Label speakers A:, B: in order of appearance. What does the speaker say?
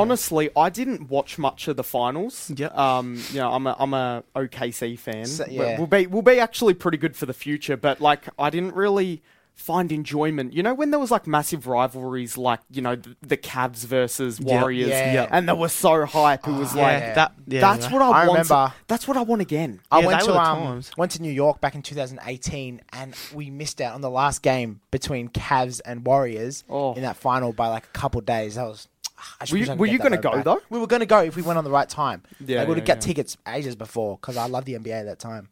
A: Honestly, I didn't watch much of the finals.
B: Yep.
A: Um, you know, I'm a I'm a OKC fan.
B: So-
A: We'll-
B: yeah.
A: We'll be we'll be actually pretty good for the future, but like I didn't really find enjoyment. You know when there was like massive rivalries like, you know, the, the Cavs versus Warriors
B: Yeah. Yep.
A: and they were so hype. It was like
B: yeah. That- yeah,
A: that's
B: yeah.
A: what I,
C: I
A: want.
C: remember.
A: That's what I want again.
C: I
B: Yeah,
C: went
B: they
C: to
B: were the
C: um,
B: times.
C: went to New York back in 2018, and we missed out on the last game between Cavs and Warriors
A: Oh.
C: in that final by like a couple of days. That was. ah, I just
A: Were
C: wish
A: you,
C: I could
A: were
C: get
A: you
C: that
A: going to
C: road
A: go
C: back.
A: though?
C: We were going to go if we went on the right time.
A: Yeah,
C: Yeah, I would
A: yeah,
C: have got
A: yeah.
C: tickets ages before because I loved the NBA at that time.